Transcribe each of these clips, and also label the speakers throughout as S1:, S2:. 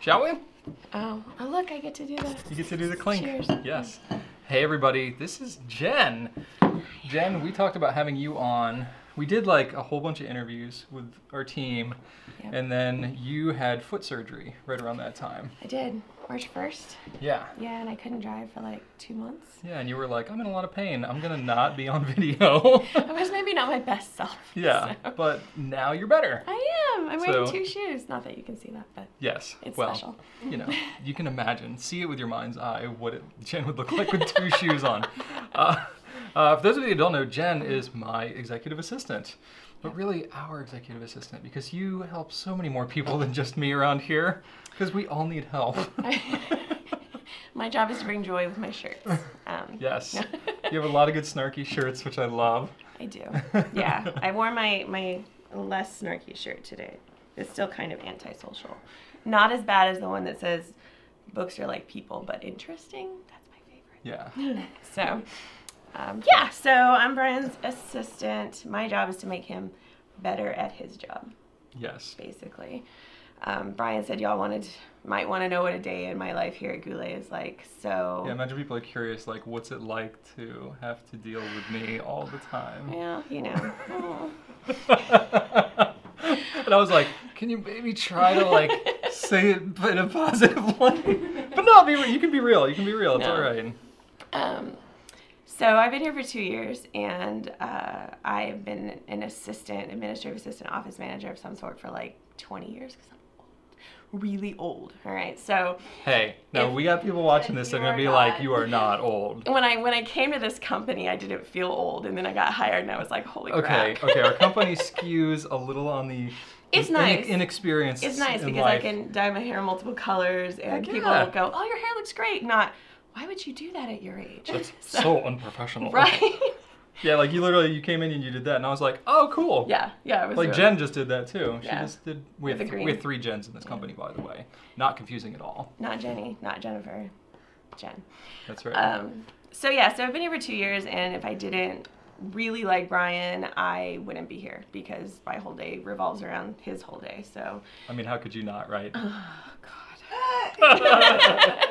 S1: Shall we?
S2: Oh, oh, look, I get to do that.
S1: You get to do the clink.
S2: Cheers.
S1: Yes. Hey everybody, this is Jen. Jen, we talked about having you on. We did like a whole bunch of interviews with our team,
S2: Yep.
S1: and then you had foot surgery right around that time.
S2: I did March 1st.
S1: Yeah.
S2: Yeah, and I couldn't drive for like two months.
S1: Yeah, and you were like, I'm in a lot of pain. I'm gonna not be on video.
S2: I was maybe not my best self.
S1: yeah,
S2: so.
S1: but now you're better.
S2: I am. I'm wearing
S1: So-
S2: two shoes. Not that you can see that, but
S1: Yes.
S2: it's
S1: well,
S2: special.
S1: you know, you can imagine, see it with your mind's eye, what it, Jen would look like with two shoes on. Uh, uh, for those of you who don't know, Jen is my executive assistant, but really our executive assistant because you help so many more people than just me around here because we all need help.
S2: my job is to bring joy with my shirts. Um,
S1: yes.
S2: no.
S1: you have a lot of good snarky shirts, which I love.
S2: I do. Yeah, I wore my my less snarky shirt today. It's still kind of antisocial. Not as bad as the one that says books are like people, but interesting. That's my favorite.
S1: Yeah.
S2: So, um, yeah, so I'm Brian's assistant. My job is to make him better at his job,
S1: Yes.
S2: basically. Um, Brian said y'all wanted might want to know what a day in my life here at Goulet is like. So
S1: Yeah, imagine people are curious, like, what's it like to have to deal with me all the time?
S2: yeah, you know. Oh.
S1: and I was like, can you maybe try to like say it in a positive light? But no, be, you can be real. You can be real. It's
S2: No.
S1: all right.
S2: Um, so I've been here for two years, and uh, I've been an assistant, administrative assistant, office manager of some sort for like 20 years because I'm old, really old. All right, so
S1: Hey, no,
S2: If-
S1: we got people watching this.
S2: if
S1: They're
S2: you
S1: gonna
S2: are
S1: be
S2: not-
S1: like, you are not old.
S2: when I when I came to this company, I didn't feel old, and then I got hired, and I was like, holy
S1: Okay,
S2: crap.
S1: okay. Our company skews a little on the
S2: It's
S1: inex-
S2: nice.
S1: inexperienced.
S2: it's nice
S1: in
S2: because I
S1: life.
S2: can dye my hair multiple colors, and
S1: Heck
S2: people
S1: yeah.
S2: will go, oh, your hair looks great. Not, why would you do that at your age?
S1: That's so unprofessional.
S2: right?
S1: Yeah, like you literally you came in and you did that, and I was like, oh, cool.
S2: yeah, yeah. It was
S1: Like
S2: really-
S1: Jen just did that too. She
S2: Yeah.
S1: just did. We have,
S2: With the
S1: th- we have
S2: green.
S1: three Jens in this company, by the way. Not confusing at all.
S2: Not Jenny, not Jennifer, Jen.
S1: That's right.
S2: Um, so yeah, so I've been here for two years, and if I didn't really like Brian, I wouldn't be here because my whole day revolves around his whole day. So,
S1: I mean, how could you not, right?
S2: oh God.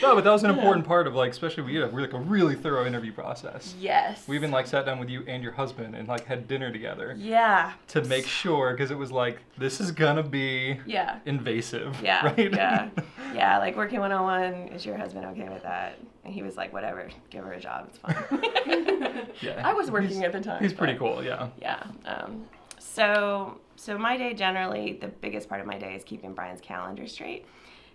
S1: No, but that was an important part of like, especially we had a, like a really thorough interview process.
S2: Yes.
S1: We even like sat down with you and your husband and like had dinner together
S2: Yeah.
S1: to make sure because it was like this is gonna be
S2: Yeah.
S1: invasive,
S2: Yeah.
S1: right?
S2: Yeah. Yeah. Like working one on one. Is your husband okay with that? And he was like, whatever. Give her a job. It's fine.
S1: Yeah.
S2: I was working
S1: He's-
S2: at the time.
S1: He's pretty
S2: but-
S1: cool, yeah.
S2: Yeah. Um, so so my day generally the biggest part of my day is keeping Brian's calendar straight,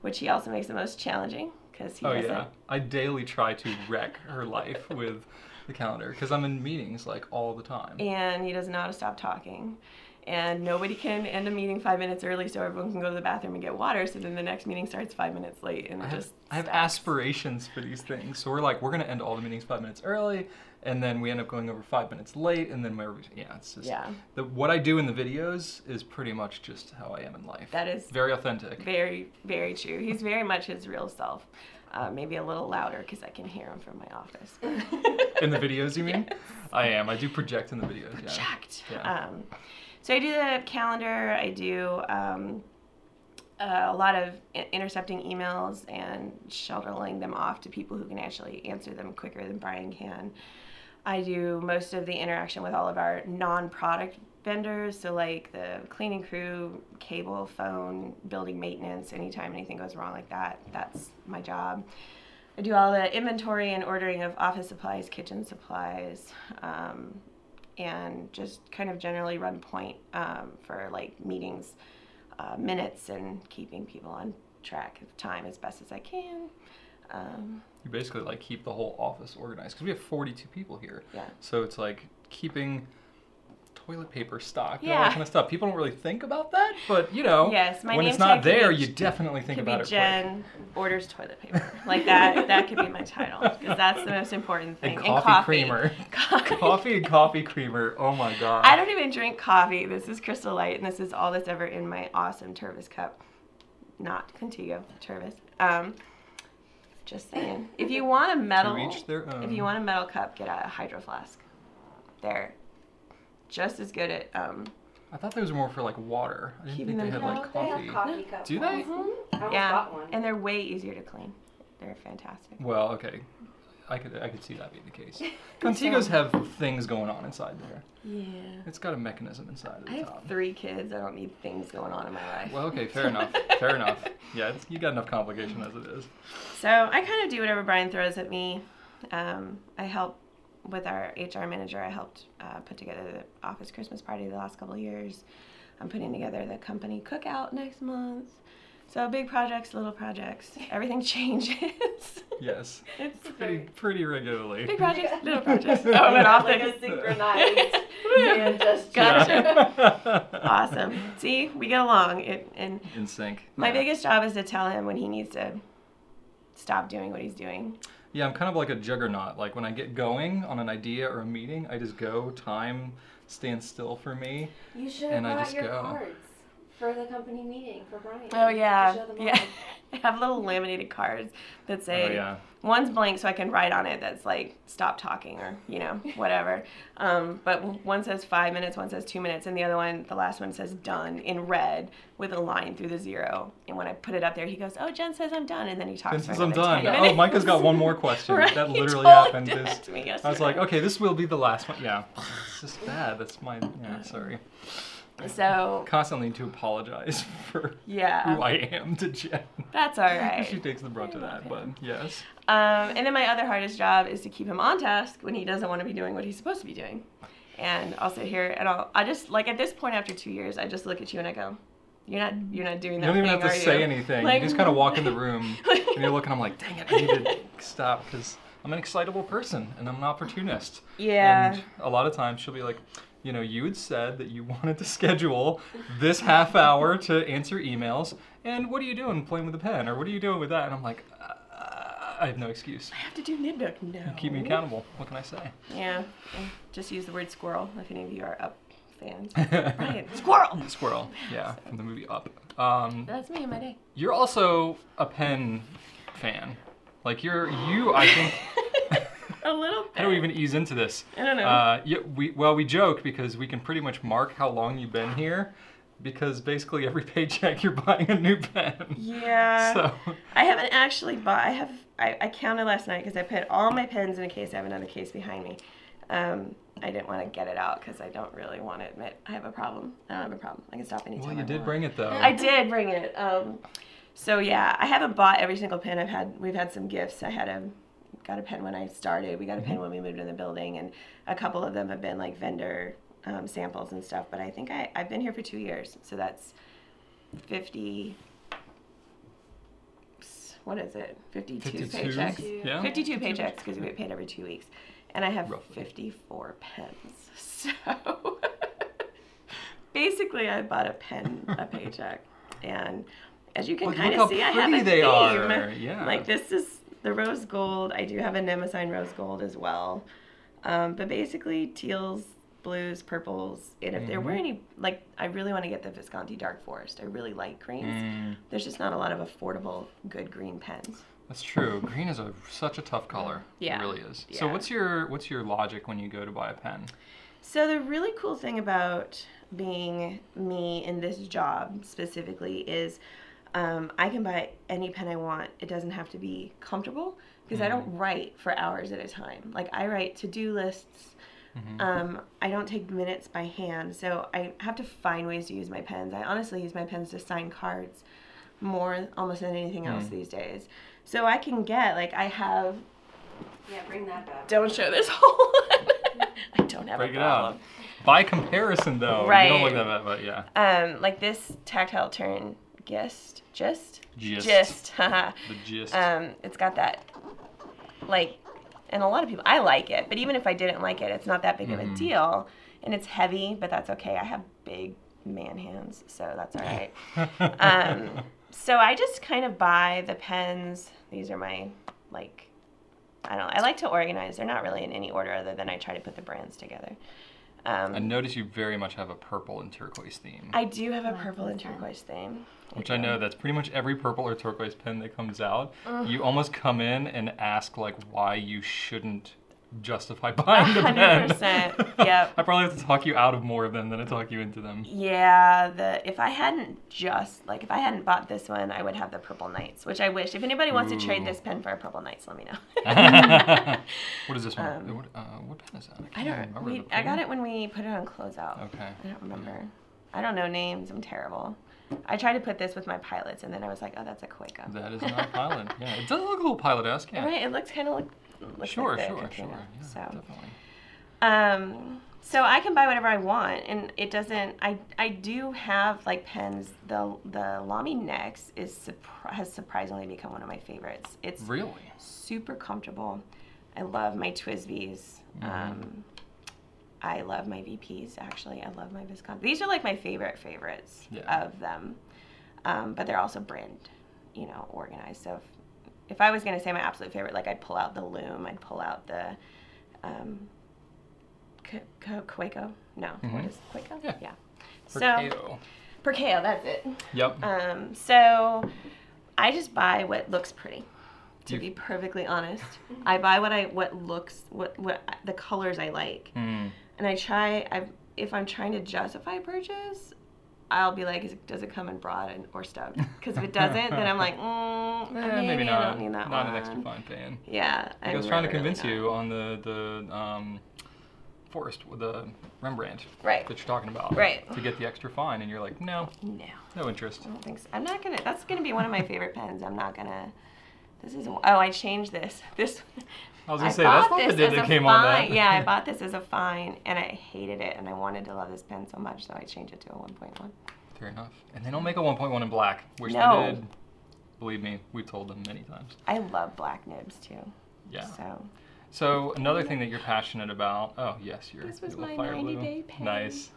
S2: which he also makes the most challenging because he
S1: Oh
S2: doesn't.
S1: yeah, I daily try to wreck her life with the calendar because I'm in meetings like all the time.
S2: and he doesn't know how to stop talking. And nobody can end a meeting five minutes early so everyone can go to the bathroom and get water. So then the next meeting starts five minutes late and
S1: I
S2: it
S1: have,
S2: just.
S1: I have
S2: stacks.
S1: aspirations for these things. So we're like, we're gonna end all the meetings five minutes early, and then we end up going over five minutes late, and then we're yeah, it's just
S2: Yeah.
S1: The, what I do in the videos is pretty much just how I am in life.
S2: That is
S1: very authentic.
S2: very, very true. He's very much his real self. Uh, maybe a little louder because I can hear him from my office.
S1: In the videos, you mean? I am. I do project in the videos. Yeah.
S2: checked.
S1: Yeah.
S2: Um, so I do the calendar. I do um, uh, a lot of i- intercepting emails and shuttling them off to people who can actually answer them quicker than Brian can. I do most of the interaction with all of our non-product vendors, so like the cleaning crew, cable, phone, building maintenance. Anytime anything goes wrong like that, that's my job. I do all the inventory and ordering of office supplies, kitchen supplies, um, and just kind of generally run point um, for like meetings, uh, minutes, and keeping people on track of time as best as I can. Um,
S1: You basically like keep the whole office organized because we have 42 people here.
S2: yeah.
S1: So it's like keeping toilet paper stocked and all
S2: Yeah.
S1: that kind of stuff. People don't really think about that, but you know,
S2: Yes, my
S1: when
S2: name
S1: it's not
S2: tag could
S1: there,
S2: be-
S1: you definitely think
S2: could
S1: about
S2: be
S1: it. quick.
S2: Jen orders toilet paper like that. That could be my title because that's the most important thing.
S1: And coffee, creamer.
S2: Coffee.
S1: coffee and coffee creamer. Oh my god.
S2: I don't even drink coffee. This is Crystal Light, and this is all that's ever in my awesome Tervis cup. Not Contigo, Tervis. Um, just saying. If you want a metal,
S1: each their
S2: if
S1: own.
S2: you want a metal cup, get a hydro flask. They're just as good at um,
S1: I thought those were more for like water. I didn't
S2: Keeping
S1: think they
S2: them
S1: had like
S3: they
S1: coffee.
S3: have coffee cups.
S1: Do they?
S2: Mm-hmm.
S3: I almost
S2: Yeah,
S3: got one.
S2: and they're way easier to clean. They're fantastic.
S1: Well, okay. I could I could see that being the case. Contigos have things going on inside there.
S2: Yeah.
S1: It's got a mechanism inside at
S2: I
S1: the
S2: have
S1: top.
S2: three kids. I don't need things going on in my life.
S1: Well, okay, fair enough. Fair enough. Yeah, it's, you got enough complication as it is.
S2: So I kind of do whatever Brian throws at me. Um, I help with our HR manager. I helped uh, put together the office Christmas party the last couple of years. I'm putting together the company cookout next month. So big projects, little projects, everything changes.
S1: Yes,
S2: it's
S1: pretty pretty regularly.
S2: big projects, little projects. Oh, I'm an
S3: like
S2: office.
S3: a synchronized hand gesture.
S2: Gotcha.
S1: Yeah.
S2: Awesome. See, we get along. It, and
S1: In sync.
S2: my
S1: yeah.
S2: biggest job is to tell him when he needs to stop doing what he's doing.
S1: Yeah, I'm kind of like a juggernaut. Like when I get going on an idea or a meeting, I just go. Time stands still for me.
S3: You should have
S1: And I
S3: brought
S1: just
S3: your
S1: go.
S3: cards for the company meeting for Brian.
S2: Oh
S3: To
S2: yeah,
S3: show them
S2: yeah.
S3: off.
S2: I have little laminated cards that say
S1: Oh yeah.
S2: one's blank, so I can write on it that's like stop talking or you know whatever. um, but w- one says five minutes, one says two minutes, and the other one, the last one says done in red with a line through the zero. And when I put it up there, he goes, "Oh, Jen says I'm done," and then he talks.
S1: This
S2: for
S1: is I'm
S2: another
S1: done.
S2: 10
S1: Oh,
S2: minutes.
S1: Micah's got one more question.
S2: Right,
S1: That
S2: he
S1: literally
S2: totally
S1: happened.
S2: did that
S1: This,
S2: to me
S1: I was
S2: yesterday.
S1: like, okay, this will be the last one. Yeah. It's just bad. That's my. Yeah, sorry.
S2: So
S1: Constantly need to apologize for
S2: yeah,
S1: who I am to Jen.
S2: that's all
S1: She
S2: right.
S1: takes the brunt of that, but yes.
S2: Um, and then my other hardest job is to keep him on task when he doesn't want to be doing what he's supposed to be doing. And I'll sit here and I'll, I just like at this point after two years, I just look at you and I go, "You're not, you're not doing
S1: You
S2: that."
S1: don't even have
S2: thing,
S1: to
S2: are
S1: say
S2: you?"
S1: anything.
S2: Like-
S1: you just kind of walk in the room and you're looking. I'm like, dang it, I need to stop because I'm an excitable person and I'm an opportunist.
S2: Yeah.
S1: And a lot of times she'll be like, you know, you had said that you wanted to schedule this half hour to answer emails, and what are you doing playing with a pen, or what are you doing with that? And I'm like, uh, I have no excuse.
S2: I have to do Nidbook. No.
S1: Keep me accountable. What can I say?
S2: Yeah. And Just use the word squirrel if any of you are up fans. Brian, squirrel.
S1: Squirrel. Yeah, from the movie Up. Um,
S2: That's me and my day.
S1: you're also a pen fan. Like you're you, I think.
S2: A little bit.
S1: How do we even ease into this?
S2: I don't know.
S1: Uh, yeah, we well we joke because we can pretty much mark how long you've been here, because basically every paycheck you're buying a new pen.
S2: yeah.
S1: So
S2: I haven't actually bought. I have. I, I counted last night because I put all my pens in a case. I have another case behind me. Um, I didn't want to get it out because I don't really want to admit I have a problem. I don't have a problem. I can stop anytime.
S1: well, you
S2: I
S1: did
S2: want.
S1: bring it though.
S2: I did bring it. Um, so yeah, I haven't bought every single pen I've had. We've had some gifts. I had a got a pen when I started. We got a pen when we moved in the building, and a couple of them have been like vendor um, samples and stuff. But I think I I've been here for two years, so that's fifty. What is it?
S1: 52?
S2: Fifty-two, paychecks.
S3: Fifty-two.
S1: Yeah.
S2: Fifty-two paychecks because we get paid every two weeks, and I have
S1: Roughly.
S2: fifty-four pens. So. basically I bought a pen a paycheck and as you can
S1: Look-
S2: kind
S1: look how
S2: of see I have
S1: pretty
S2: a
S1: they
S2: theme.
S1: are, yeah.
S2: Like this is the rose gold. I do have a Nemesign rose gold as well. Um, but basically teals, blues, purples, and if there
S1: Mm-hmm.
S2: were any like I really want to get the Visconti Dark Forest. I really like greens.
S1: Mm,
S2: There's just not a lot of affordable good green pens.
S1: that's true. Green is a, such a tough color.
S2: Yeah.
S1: It really is. So
S2: Yeah.
S1: what's your what's your logic when you go to buy a pen?
S2: So the really cool thing about being me in this job specifically is um, I can buy any pen I want. It doesn't have to be comfortable because I
S1: Mm-hmm.
S2: don't write for hours at a time. Like I write to-do lists.
S1: Mm-hmm.
S2: Um, I don't take minutes by hand, so I have to find ways to use my pens. I honestly use my pens to sign cards more almost than anything
S1: Mm.
S2: else these days. So I can get like I have
S3: Yeah, bring that back.
S2: don't show this whole I don't have
S1: Break
S2: a
S1: it
S2: problem.
S1: out. By comparison, though, you don't look
S2: Right.
S1: that bad, but yeah,
S2: um, like this tactile turn gist gist
S1: Gist.
S2: gist haha.
S1: the gist.
S2: um, it's got that like and a lot of people i like it but even if i didn't like it it's not that big of a deal and it's heavy but that's okay i have big man hands so that's all right um, so i just kind of buy the pens these are my like i don't i like to organize they're not really in any order other than i try to put the brands together um,
S1: I notice you very much have a purple and turquoise theme.
S2: I do have a purple and turquoise theme.
S1: Which I know that's pretty much every purple or turquoise pen that comes out. You almost come in and ask like why you shouldn't justify buying the pen.
S2: 100%, yep.
S1: I probably have to talk you out of more of them than I talk you into them.
S2: Yeah, the if I hadn't just like if I hadn't bought this one, I would have the Purple Knights, which I wish. If anybody wants to
S1: Ooh.
S2: trade this pen for a Purple Knights, let me know.
S1: what is this one? what, uh, what pen is that? I,
S2: Um, I
S1: can't
S2: don't.
S1: remember
S2: We,
S1: the
S2: I
S1: pen.
S2: got it when we put it on closeout.
S1: Okay.
S2: I don't remember. I don't know names. I'm terrible. I tried to put this with my pilots, and then I was like, oh, that's a Quaker.
S1: That is not pilot. Yeah, it does look a little pilot-esque. Yeah.
S2: Right. It looks kind of like. Looks
S1: Sure,
S2: like the
S1: sure, sure.
S2: Katrina,
S1: Yeah,
S2: so.
S1: definitely.
S2: Um, so I can buy whatever I want, and it doesn't. I I do have like pens. The the Lamy Nex is surpri- has surprisingly become one of my favorites. It's
S1: Really?
S2: super comfortable. I love my Twisbys.
S1: Mm-hmm.
S2: Um, I love my VPs. Actually, I love my Visconti. These are like my favorite favorites
S1: Yeah.
S2: of them. Um, but they're also brand, you know, organized. So if, if I was gonna say my absolute favorite, like I'd pull out the Loom. I'd pull out the um, Cu- Cu- Quaco. No, what
S1: Mhm.
S2: is Quaco?
S1: Yeah.
S2: So
S1: Perceo.
S2: Perceo, that's it.
S1: Yep.
S2: Um, so I just buy what looks pretty. To
S1: You-
S2: be perfectly honest, I buy what I what looks what what the colors I like,
S1: Hmm.
S2: and I try. I if I'm trying to justify purchase, I'll be like, is, does it come in broad and, or stubbed? Because if it doesn't, then I'm like, mm,
S1: Eh,
S2: maybe,
S1: maybe
S2: I
S1: not.
S2: don't need that
S1: not
S2: one.
S1: an extra fine fan.
S2: Yeah,
S1: I
S2: I'm
S1: was trying to
S2: really, really
S1: convince
S2: not.
S1: you on the the um, forest, the Rembrandt
S2: Right.
S1: that you're talking about,
S2: Right.
S1: To get the extra fine, and you're like, no,
S2: No,
S1: no interest.
S2: I don't think so. I'm not gonna. That's gonna be one of my favorite pens. I'm not gonna. This is. Oh, I changed this. This.
S1: I was gonna say that's
S2: bought
S1: not the
S2: this
S1: day
S2: as
S1: that
S2: a
S1: came
S2: fine.
S1: on that.
S2: yeah, I bought this as a fine, and I hated it, and I wanted to love this pen so much, so I changed it to a 1.1.
S1: Fair enough. And they don't make a 1.1 in black, which
S2: No.
S1: they did. Believe me, we've told them many times.
S2: I love black nibs too.
S1: Yeah.
S2: So
S1: So another thing that you're passionate about. Oh yes, you're.
S2: This was
S1: little
S2: my
S1: fire
S2: 90
S1: blue.
S2: day pen.
S1: Nice.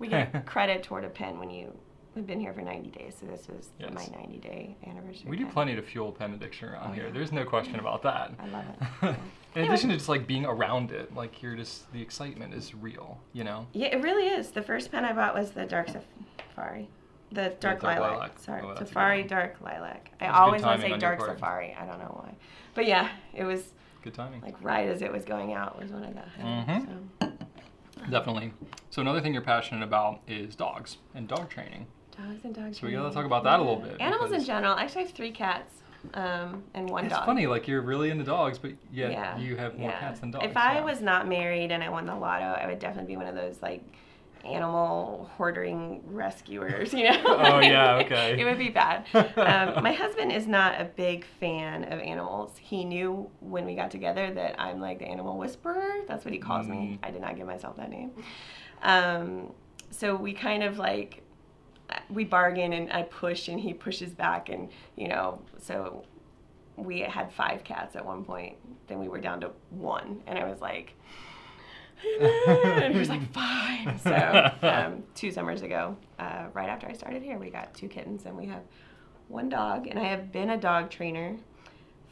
S2: we get credit toward a pen when you have been here for 90 days. So this was
S1: Yes.
S2: my 90 day anniversary.
S1: We do
S2: pen.
S1: plenty to fuel pen addiction around
S2: Oh,
S1: here.
S2: yeah.
S1: There's no question about that.
S2: I love it.
S1: In
S2: Anyway.
S1: addition to just like being around it, like you're just the excitement is real, you know.
S2: Yeah, it really is. The first pen I bought was the Dark Safari. The Dark
S1: Dark
S2: Lilac.
S1: Lilac.
S2: Sorry.
S1: Oh, that's a good
S2: Safari,
S1: one.
S2: Dark Lilac. I
S1: That was good
S2: always want to
S1: timing
S2: say
S1: on your
S2: Dark
S1: part.
S2: Safari. I don't know why. But yeah, it was
S1: Good timing.
S2: like right as it was going out was when I got home.
S1: Mhm.
S2: So.
S1: Definitely. So another thing you're passionate about is dogs and dog training.
S2: Dogs and dogs.
S1: So we gotta talk about that a little bit,
S2: Animals in
S1: because-
S2: general. Actually, I have three cats um, and one
S1: it's
S2: dog.
S1: funny, like you're really into dogs, but yet you have more
S2: yeah.
S1: cats than dogs.
S2: If I
S1: yeah.
S2: was not married and I won the lotto, I would definitely be one of those like animal hoarding rescuers. You know?
S1: Oh, yeah, okay.
S2: it would be bad. Um, my husband is not a big fan of animals. He knew when we got together that I'm like the animal whisperer. That's what he calls me.
S1: Mm.
S2: I did not give myself that name. Um, so we kind of like we bargain and I push and he pushes back and you know so we had five cats at one point then we were down to one and I was like and he was like fine so um, two summers ago uh, right after I started here we got two kittens and we have one dog and I have been a dog trainer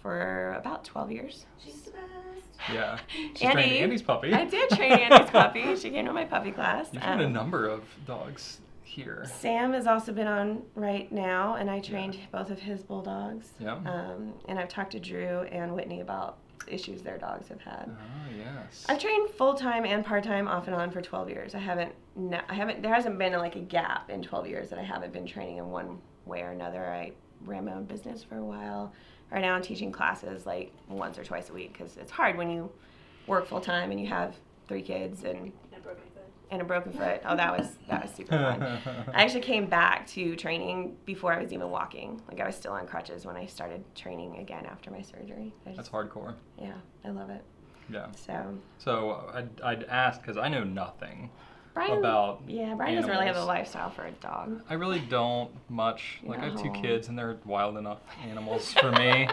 S2: for about 12 years
S3: She's the best.
S1: yeah, she
S2: Andy-
S1: trained Andy's puppy.
S2: I did train Andy's puppy she came to my puppy class
S1: You've trained a
S2: Um,
S1: number of dogs here.
S2: Sam has also been on right now, and I trained both of his bulldogs.
S1: Yeah.
S2: Um, and I've talked to Drew and Whitney about issues their dogs have had.
S1: Oh yes.
S2: I've trained full time and part time off and on for 12 years. I haven't, no, I haven't. There hasn't been like a gap in 12 years that I haven't been training in one way or another. I ran my own business for a while. Right now, I'm teaching classes like once or twice a week because it's hard when you work full time and you have three kids and
S3: And broken foot.
S2: and a broken foot. Oh, that was that was super fun.
S1: Uh-huh.
S2: I actually came back to training before I was even walking. Like I was still on crutches when I started training again after my surgery. I
S1: That's
S2: just,
S1: hardcore.
S2: yeah, I love it.
S1: Yeah.
S2: So
S1: So I'd, I'd ask because I know nothing.
S2: Brian,
S1: About
S2: yeah, Brian doesn't really have a
S1: animals.
S2: lifestyle for a dog.
S1: I really don't much. Like I have two
S2: No.
S1: kids, and they're wild enough animals for me.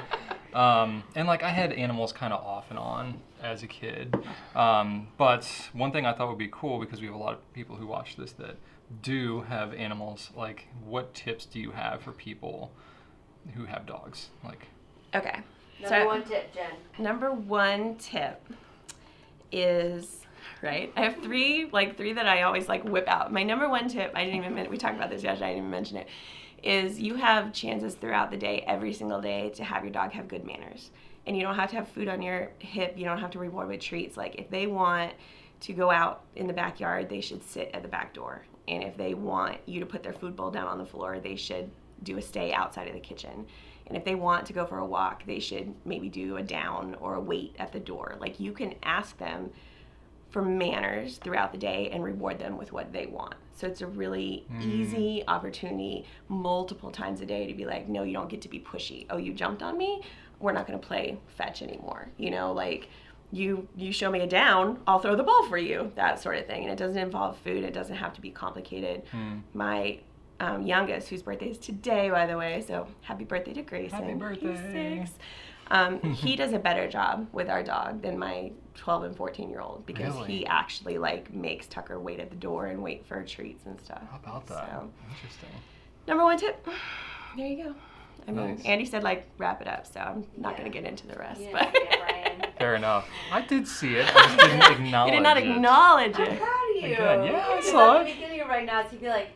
S1: Um, and like I had animals kind of off and on as a kid. Um, but one thing I thought would be cool because we have a lot of people who watch this that do have animals. Like, what tips do you have for people who have dogs? Like,
S2: Okay,
S3: Number
S2: so
S3: one tip, Jen.
S2: number one tip is right. I have three like three that I always like whip out. My number one tip I didn't even men- we talked about this yesterday. I didn't even mention it. Is you have chances throughout the day, every single day, to have your dog have good manners. and you don't have to have food on your hip. You don't have to reward with treats. Like if they want to go out in the backyard, they should sit at the back door. And if they want you to put their food bowl down on the floor, they should do a stay outside of the kitchen. And if they want to go for a walk, they should maybe do a down or a wait at the door. Like you can ask them for manners throughout the day and reward them with what they want. So it's a really easy opportunity multiple times a day to be like, no, you don't get to be pushy. Oh, you jumped on me? We're not going to play fetch anymore. You know, like you you show me a down, I'll throw the ball for you. That sort of thing. And it doesn't involve food. It doesn't have to be complicated.
S1: hmm,
S2: My um, youngest, whose birthday is today, by the way, so happy birthday to Grayson. He's
S1: birthday.
S2: six. Um, he does a better job with our dog than my 12 and 14 year old because
S1: Really?
S2: he actually like makes Tucker wait at the door and wait for treats and stuff.
S1: How about that?
S2: So,
S1: Interesting.
S2: number one tip. There you go. I mean,
S1: Nice.
S2: Andy said like wrap it up, so I'm not gonna
S3: Yeah.
S2: get into the rest.
S3: Yeah,
S2: but
S3: yeah, Brian.
S1: Fair enough. I did see it. I just didn't acknowledge
S2: you did not
S1: it.
S2: acknowledge
S3: I'm
S2: it.
S3: proud of you.
S1: Again, yeah, I
S3: If
S1: saw
S3: at the
S1: it.
S3: beginning of right now, so you'd be like,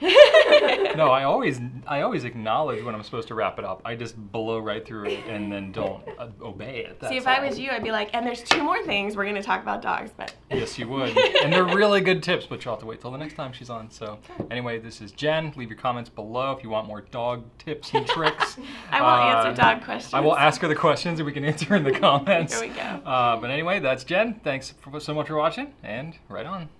S1: No, I always I always acknowledge when I'm supposed to wrap it up. I just blow right through it and then don't uh, obey it. That's
S2: See, if I
S1: all.
S2: was you, I'd be like, and there's two more things we're gonna talk about dogs, but
S1: Yes, you would. And they're really good tips, but you'll have to wait till the next time she's on. So, anyway, this is Jen. Leave your comments below if you want more dog tips and tricks.
S2: I will answer
S1: Um,
S2: dog questions.
S1: I will ask her the questions and we can answer in the comments.
S2: There we go.
S1: Uh, but anyway, that's Jen. Thanks for, so much for watching, and right on.